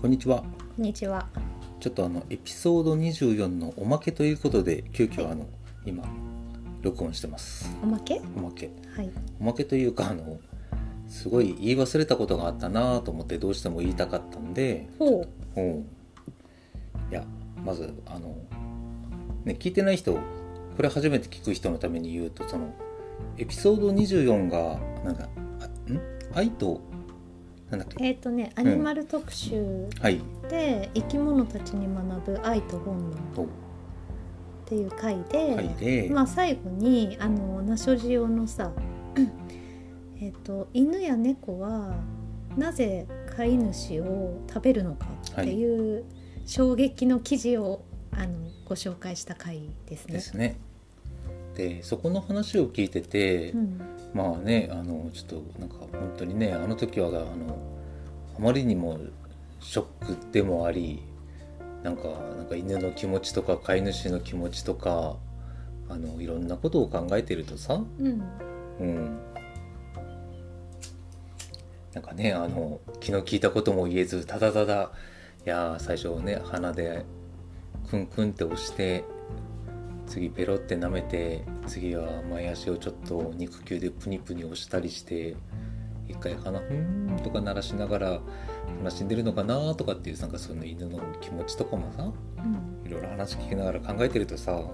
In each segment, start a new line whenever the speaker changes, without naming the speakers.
こんにちは
こんにちは。
ちょっとあのエピソード24のおまけということで急遽あの今録音してます
おまけ。
おまけ
はい。
おまけというかあのすごい言い忘れたことがあったなぁと思ってどうしても言いたかったんで
ほう。
うんいやまずあのね聞いてない人これ初めて聞く人のために言うとそのエピソード24がなんかあん愛となんだっけ
えっ、とね、アニマル特集
はい
で、生き物たちに学ぶ愛と本能っ
と
ていう回で。
愛で、
まあ、最後に、あの、ナショジオのさ。 えっと、犬や猫は。なぜ飼い主を食べるのかっていう衝撃の記事を、あのご紹介した回ですね。
ですね。でそこの話を聞いてて、
うん、
まあねあのちょっとなんか本当にねあの時はあのあまりにもショックでもありなんかなんか犬の気持ちとか飼い主の気持ちとかあのいろんなことを考えてるとさ、
うん、
うん、なんかねあの気の利いたことも言えずただただいやー最初ね鼻でクンクンって押して次ペロって舐めて次は前足をちょっと肉球でプニプニ押したりして一回鼻「うーん」とか鳴らしながら話死んでるのかなとかっていうなんかその犬の気持ちとかもさ
うん、
いろいろ話聞きながら考えてるとさ、
は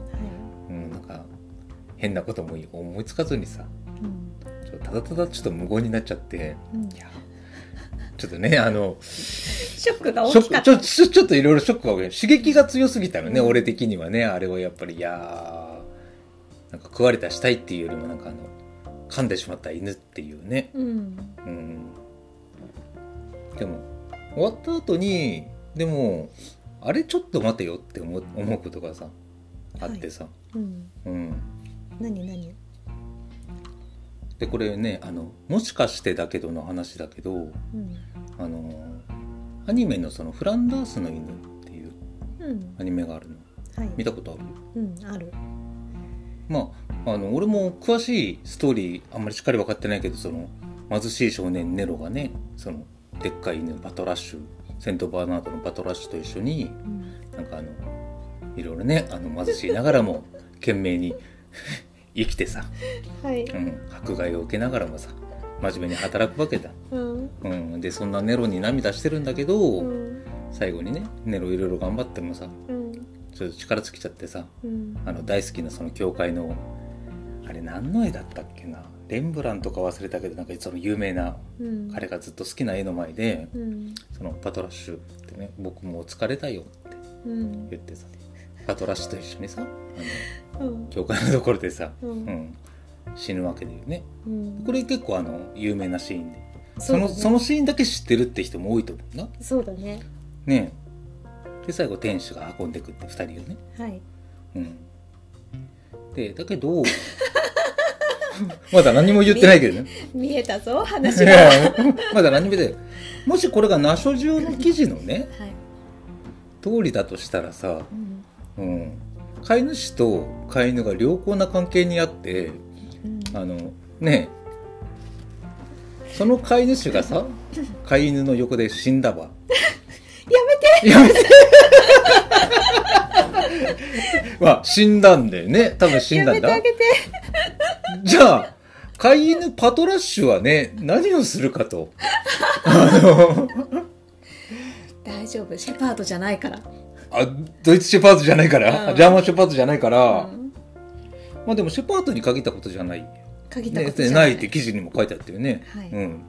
うん、なんか変なことも思いつかずにさ
い、うん、
ちょっとただただちょっと無言になっちゃって、
うん
い、や、ちょっとね、あの、
ショックが
シ
大
ョ
きか
ック
っ
ち
た。
ょちょちょっといろいろショックが多い。刺激が強すぎたのね、
うん
俺的にはね、あれはやっぱり、いやーなんか食われたしたいっていうよりも、なんかあの、噛んでしまった犬っていうね。
うん、
うん。でも、終わった後に、でも、あれちょっと待てよって思う思うことがさ、あってさ、
うん。
うん。
何何
で、これね、あの、もしかしてだけどの話だけど、
うん
あのーアニメのそのフランダースの犬っていう
うん
アニメがあるの
はい
見たことある
うんある
まああの俺も詳しいストーリーあんまりしっかり分かってないけどその貧しい少年ネロがねそのでっかい犬バトラッシュセントバーナードのバトラッシュと一緒に
うん
なんかあのいろいろねあの貧しいながらも懸命に 生きてさ、
はい
うん、迫害を受けながらもさ真面目に働くわけだ、
うん
うん、でそんなネロに涙してるんだけど、
うん
最後にねネロいろいろ頑張ってもさ
うん
ちょっと力尽きちゃってさ
うん
あの大好きなその教会のあれ何の絵だったっけなレンブランとか忘れたけどなんかその有名な
うん
彼がずっと好きな絵の前で
うん
そのパトラッシュってね僕もう疲れたよって
うん
言ってさパトラッシュと一緒にさあの
うん
教会のところでさ、
う
うんん、死ぬわけだよね
うん
これ結構あの有名なシーンでそ
そうだ
の
ね
そのシーンだけ知ってるって人も多いと思うな
そうだね
ねえで最後天使が運んでくって2人をね
はい
うん、でだけど まだ何も言ってないけどね
見えたぞ
い
話がは
や まだ何も言ってないもしこれがナショジオの記事のね
い
通りだとしたらさ、
うん
うん、飼い主と飼い犬が良好な関係にあって
うん
あのねその飼い主がさ飼い犬の横で死んだわやめてやめてまあ死んだんだよね多分死ん
や
だん
めて
だ
あげて
じゃあ、飼い犬パトラッシュはね、何をするかと。あの、
大丈夫シェパードじゃないから
あ、ドイツシェパードじゃないから、
うん
ジャーマンシェパードじゃないから、
うん
まあでもシェパードに限ったことじゃない。
限った
ね、
ことじゃ
ないって記事にも書いてあったよね。
はい
うん。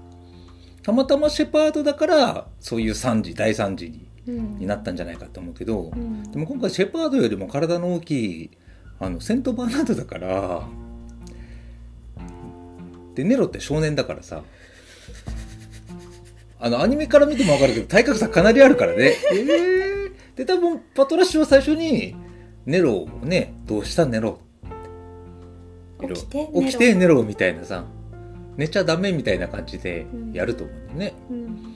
たまたまシェパードだから、そういう惨事、大惨事に
うん
になったんじゃないかと思うけど
う、ん
でも今回シェパードよりも体の大きい、あの、セントバーナードだから、で、ネロって少年だからさ、あの、アニメから見てもわかるけど、体格差かなりあるからね。 えーで、多分、パトラッシュは最初に、ネロをね、どうしたネロ
起きて
起きてネロみたいなさ、寝ちゃダメみたいな感じでやると思うんだよね。
うん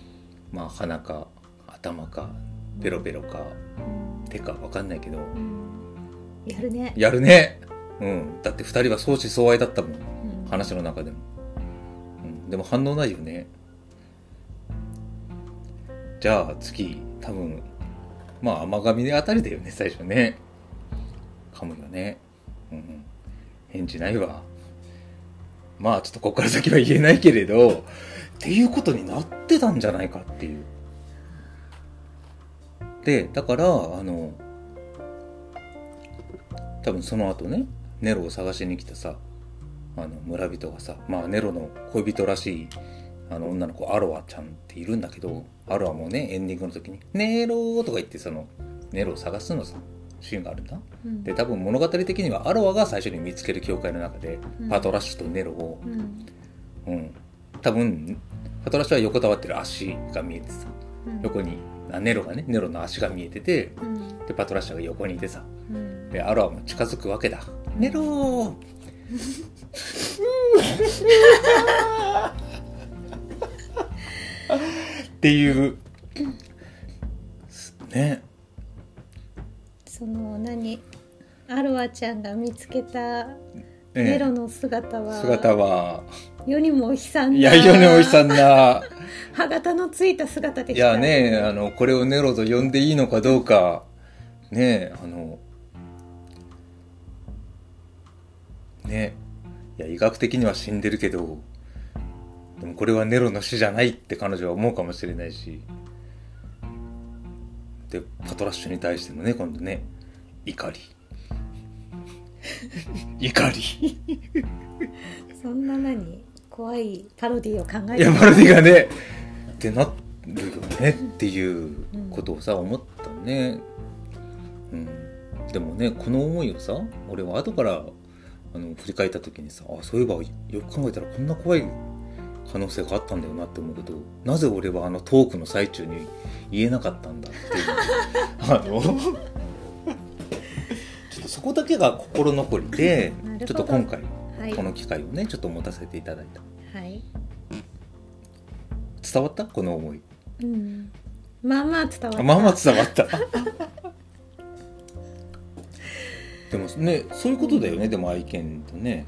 まあ、鼻か、頭か、ベロベロか、
うん
手かわかんないけど、
うんやるね
やるね。うん。だって二人は相思相愛だったもん。
うん
話の中でも。うん。でも反応ないよね。じゃあ次、多分まあ甘噛みであたりだよね最初ね噛むよねうんうん返事ないわまあちょっとここから先は言えないけれどっていうことになってたんじゃないかっていうでだからあの多分その後ねネロを探しに来たさあの村人がさまあネロの恋人らしいあの女の子アロアちゃんっているんだけどアロアもねエンディングの時に「ネロ」とか言ってそのネロを探すのさシーンがあるんだ
うん
で多分物語的にはアロアが最初に見つける教会の中で
うん
パトラッシュとネロを、
うん
うん、多分パトラッシュは横たわってる足が見えてさ
うん
横にあネロがねネロの足が見えてて
うん
でパトラッシュが横にいてさ
うん
でアロアも近づくわけだネローっていうね
その何アロアちゃんが見つけた
ええ
ネロの姿は
姿は
世にも悲惨ない
や世にお悲惨な
歯型のついた姿で
い
した
やねあのこれをネロと呼んでいいのかどうかねあのねいや医学的には死んでるけどでもこれはネロの死じゃないって彼女は思うかもしれないしでパトラッシュに対してもね今度ね怒り怒り
そんな何怖いパロディを考え
いや
て
パロディがねってなるよねっていうことをさ思ったね、うん、でもねこの思いをさ俺は後からあの振り返った時にさあそういえばよく考えたらこんな怖い可能性があったんだよなって思うことをなぜ俺はあのトークの最中に言えなかったんだって いうあの ちょっとそこだけが心残りで
なるほど
ちょっと今回
はい
この機会をねちょっと持たせていただいた。
はい
伝わったこの思い
うんまあまあ伝わった
まあまあ伝わったでもねそういうことだよね、でも愛犬とね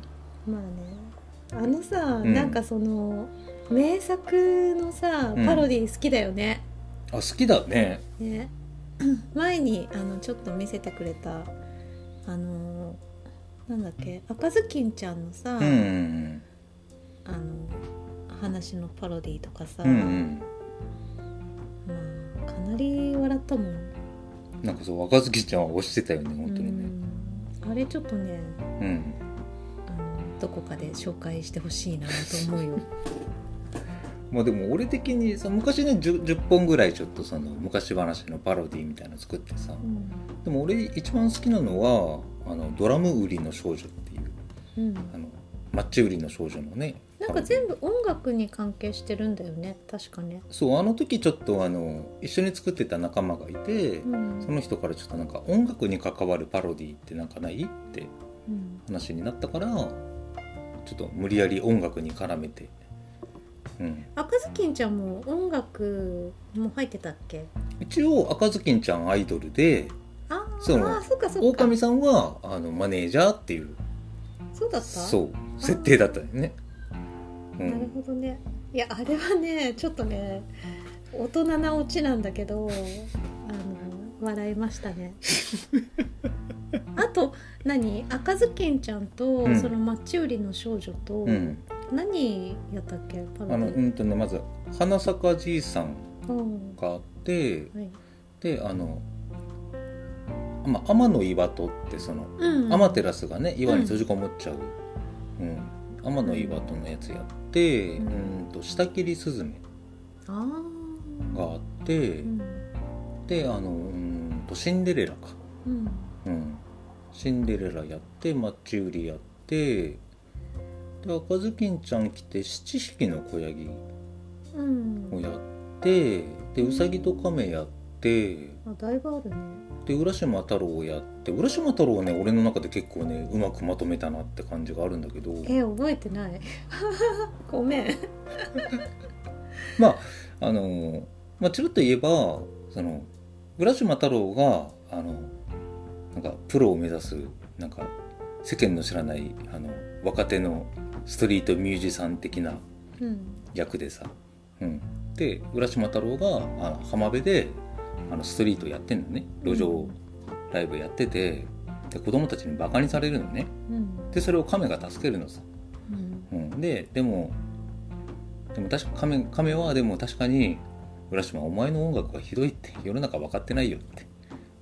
まあねあのさ、
うん
なんかその名作のさ
うん
パロディ好きだよね,、
あ好きだね
ね 前にあのちょっと見せてくれたあのなんだっけ赤ずきんちゃんのさ、
うんうん
あの話のパロディとかさ、
うんうん
まあ、かなり笑ったもん
なんかそう若月ちゃんは推してたよね本当にね
うんあれちょっとね
うん、
あのどこかで紹介してほしいなと 思うよ
まあでも俺的にさ昔ね 10, 10本ぐらいちょっとその昔話のパロディみたいなの作ってさ
うん、
でも俺一番好きなのはあのドラム売りの少女っていう
うん、
あのマッチ売りの少女のね
なんか全部音楽に関係してるんだよね確かね
そうあの時ちょっとあの一緒に作ってた仲間がいて、
うん
その人からちょっとなんか音楽に関わるパロディってなんかないって
うん
話になったからちょっと無理やり音楽に絡めて、うん、
赤ずきんちゃんも音楽も入ってたっけ
一応赤ずきんちゃんアイドルで
あー
そう
あーそっかそっか
狼さんはあのマネージャーっていう
そうだった
そう設定だったよね、う
なる
ん、
ほどねいやあれはねちょっとね大人なオチなんだけどあの笑いました ねあと何赤ずきんちゃんと、
ん
そのマッチ売りの少女と、
うん、
何やったっけパ
あ
ロ
の
デ
う
ィ
んとねまず花坂じいさん
うん
があって
はい
であの、まあ、天の岩戸ってその
うん
アマテラスがね岩に閉じこもっちゃう、うん天の岩戸のやつやって、う
うん
ん、と下切りスズメ
あー
があって、
うん
であのうんとシンデレラか、
うん
うん、シンデレラやってマッチ売りやってで赤ずきんちゃん来て七匹の子ヤギ
うん
をやってでウサギとカメやって
あだいぶあるね
で浦島太郎をやって浦島太郎はね俺の中で結構ねうまくまとめたなって感じがあるんだけど。
え覚えてない ごめん
まああのまあちょっと言えばその浦島太郎があのなんかプロを目指すなんか世間の知らないあの若手のストリートミュージシャン的な
うん
役でさ、うん、で浦島太郎があの浜辺でああのストリートやってんのね路上ライブやっててで子供たちにバカにされるのね
うん
でそれを亀が助けるのさ、
うん
うん、ででもでも確か亀亀はでも確かに「浦島お前の音楽はひどい」って世の中分かってないよって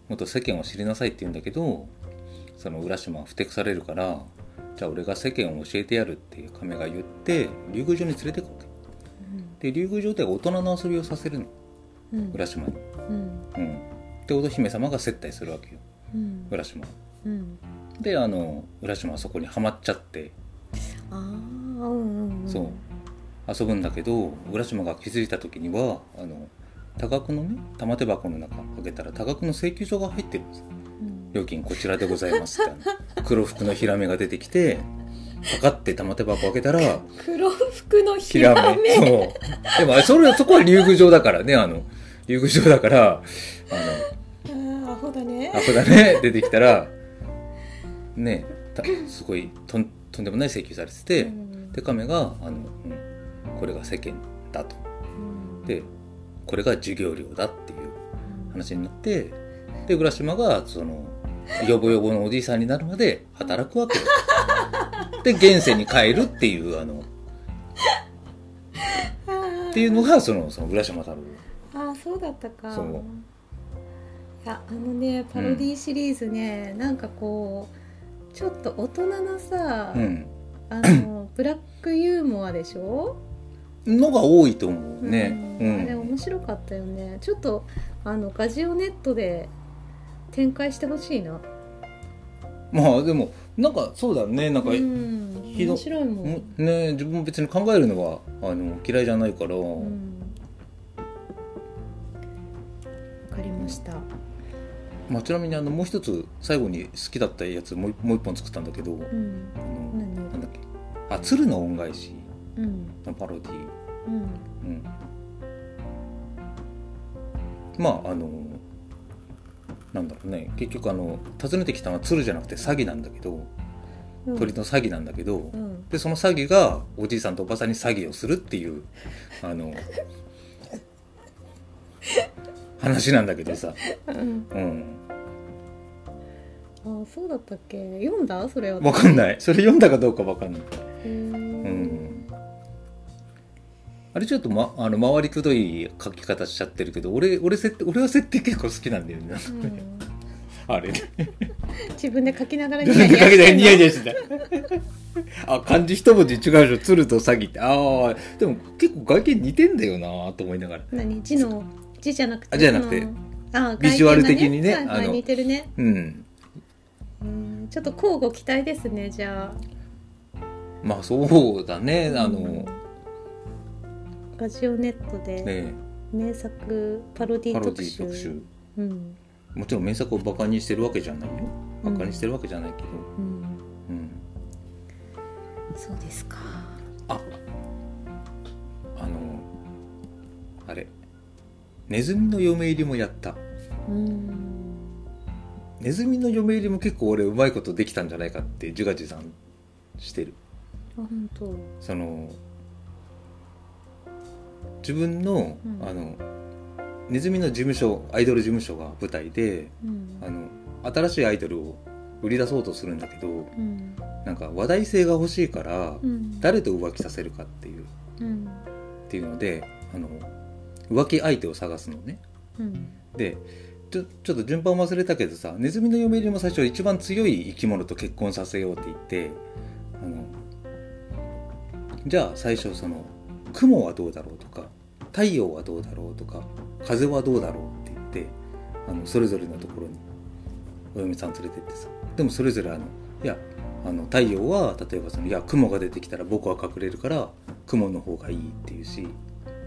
もっと世間を知りなさいって言うんだけどその浦島はふてくされるからじゃあ俺が世間を教えてやるって亀が言って竜宮城に連れてくわけで竜宮城では大人の遊びをさせるの
うん
浦島に。
うん
うん、ってこと姫様が接待するわけよ
うん
浦島を
うん
であの浦島はそこにはまっちゃって
ああうんうん
そう遊ぶんだけど浦島が気づいた時にはあの多額のね玉手箱の中開けたら多額の請求書が入ってるんですよ
うん
料金こちらでございますってあ の黒服のヒラメが出てきてパカって玉手箱開けたら
黒服の
ヒ
ヒ
ラ
ラ
メ
メ
そうでもあれそれそこは竜宮城だからねあの竜宮城だからあの
ああアホだね
アホだね出てきたらねたすごいとんとんでもない請求されてて、
うん
で亀があの、うんこれが世間だと
うん
でこれが授業料だっていう話になってで浦島がそのヨボヨボのおじいさんになるまで働くわ けよで現世に帰るっていうあのっていうのがそのその浦島太郎
ああそうだったか
そう
いやあのねパロディシリーズね、なんかこうちょっと大人なさ、
うん
あのブラックユーモアでしょ
のが多いと思うね
う
うんん、
あれ面白かったよねちょっとあのガジオネットで展開してほしいな
まあでもなんかそうだねなんか、
うん
ひど
面白いもん、
もね自分も別に考えるのはあの嫌いじゃないから、
うん、わかりました
まあ、ちなみにあのもう一つ最後に好きだったやつもうもう一本作ったんだけど、
うん
あの
何
なんだっけあ鶴の恩返し
うん
のパロディ、
うん
うん、まああのなんだろうね結局あの訪ねてきたのは鶴じゃなくて詐欺なんだけど
うん
鳥の詐欺なんだけど、
うん
でその詐欺がおじいさんとおばさんに詐欺をするっていうあ の話なんだけどさ、
うん
うん、
あそうだったっけ読んだそれは
わかんないそれ読んだかどうかわかんない、う
へー
ん、あれちょっと、ま、あの回りくどい書き方しちゃってるけど俺俺設定俺は設定結構好きなんだよね
うん
あれね
自分で書きながら
自分で書きながらニヤニ
ヤ
ヤして たあ漢字一文字違うでしょ鶴と詐欺ってああでも結構外見似てんだよなと思いながら
何字の字じゃなくて
あ字じゃなくて
そのあ
ビジュアル的にね
外見がはいはい
あの
似てるね
うん
うんちょっと交互期待ですねじゃ
まあそうだね
あ
あの、
うんラジオネットで
ね
名作パロデ
パ
ィ
ロ
特
ディ
集
特集
うん
もちろん名作をバカにしてるわけじゃないよバカにしてるわけじゃないけど、
うん
うん、
そうですか
ああのあれネズミの嫁入りもやった
うん
ネズミの嫁入りも結構俺うまいことできたんじゃないかって自画自賛してる
あ本当
その自分の,、
うん
あのネズミの事務所アイドル事務所が舞台で
うん
あの新しいアイドルを売り出そうとするんだけど
うん
なんか話題性が欲しいから、
うん
誰と浮気させるかっていう
うん
っていうのであの浮気相手を探すのね
うん
でちょちょっと順番忘れたけどさネズミの嫁入りも最初一番強い生き物と結婚させようって言ってあのじゃあ最初その雲はどうだろうとか太陽はどうだろうとか風はどうだろうって言ってあのそれぞれのところにお嫁さん連れてってさでもそれぞれあのいやあの太陽は例えばそのいや雲が出てきたら僕は隠れるから雲の方がいいっていうし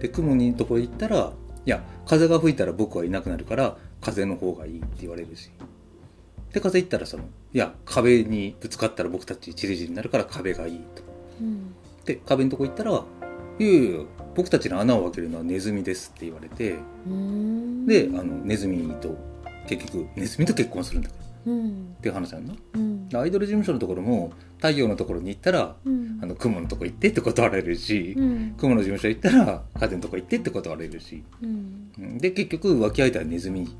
で雲にとこ行ったらいや風が吹いたら僕はいなくなるから風の方がいいって言われるしで風行ったらそのいや壁にぶつかったら僕たちチリジリになるから壁がいいと
うん
で壁のとこ行ったら「いやいやいや僕たちの穴を開けるのはネズミです」って言われて
うん
であのネズミと結局ネズミと結婚するんだから
うん
ていう話なんだ
うん
アイドル事務所のところも太陽のところに行ったら
うん
あの雲のとこ行ってって断られるし、
うん
雲の事務所行ったら風のとこ行ってって断られるし
うん
うんで結局浮気相手はネズミ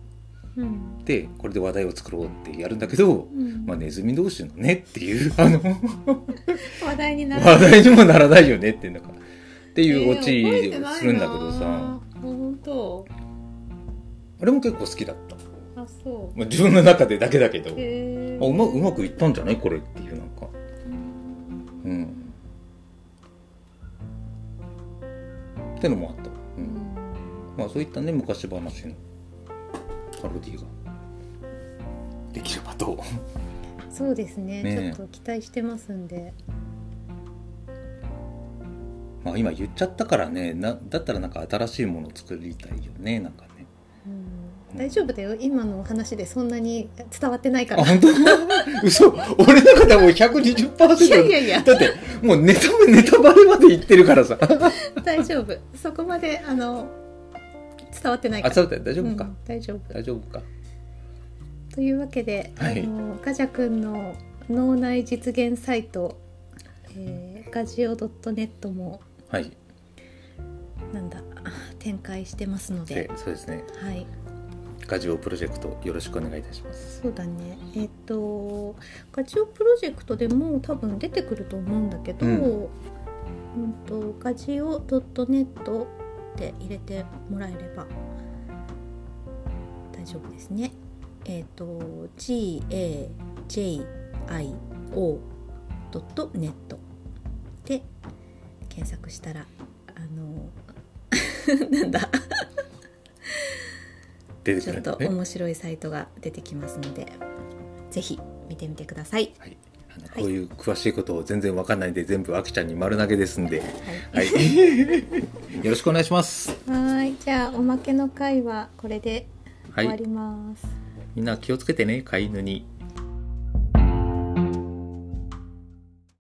うん
でこれで話題を作ろうってやるんだけど、
うん
まあ、ネズミ同士のねっていうあの
話題にな
話題にもならないよねっていうのかっていうオチ
えー覚えてない
を
な
するんだけどさ、
本当
俺も結構好きだった、
あそう
まあ、自分の中でだけだけど、
へえ
あうまうまくいったんじゃないこれっていうなんかうんってのもあった、う
うんん
まあそういったね昔話のパロディができればと
そうですね
ねえ
ちょっと期待してますんで
まあ今言っちゃったからねなだったらなんか新しいものを作りたいよねなんかね
うん大丈夫だよ今のお話でそんなに伝わってないか
あ
ら
本当 嘘俺の中ではもう120%
いやいやいや
だってもうネタネタバレまでいってるからさ
大丈夫そこまであの伝わってないか
あ
ら
そうだ大丈夫か、
うん大丈夫
大丈夫か
というわけで、
はい
あのガジャ君の脳内実現サイト、えー、ガジオ .net も
はい
なんだ展開してますの
で
で、
そうですね
はい、
ガジオプロジェクトよろしくお願いいたします
そうだねえっ、とガジオプロジェクトでも多分出てくると思うんだけど、
う
うんんとガジオ .net って入れてもらえれば大丈夫ですねえっ、と gajio.net で検索したらあのなんだ
出て
ち
く
ょ
る
っ
ん
と
だね
面白いサイトが出てきますので、ぜひ見てみてください。
はい、あの
はい
こういう詳しいことを全然わかんないんで全部あきちゃんに丸投げです んで、
は
はい、よろしくお願いします。
い、はいじゃあおまけの回はこれで
は
終わ
い、
ります。
みんな気をつけてね、飼い犬に。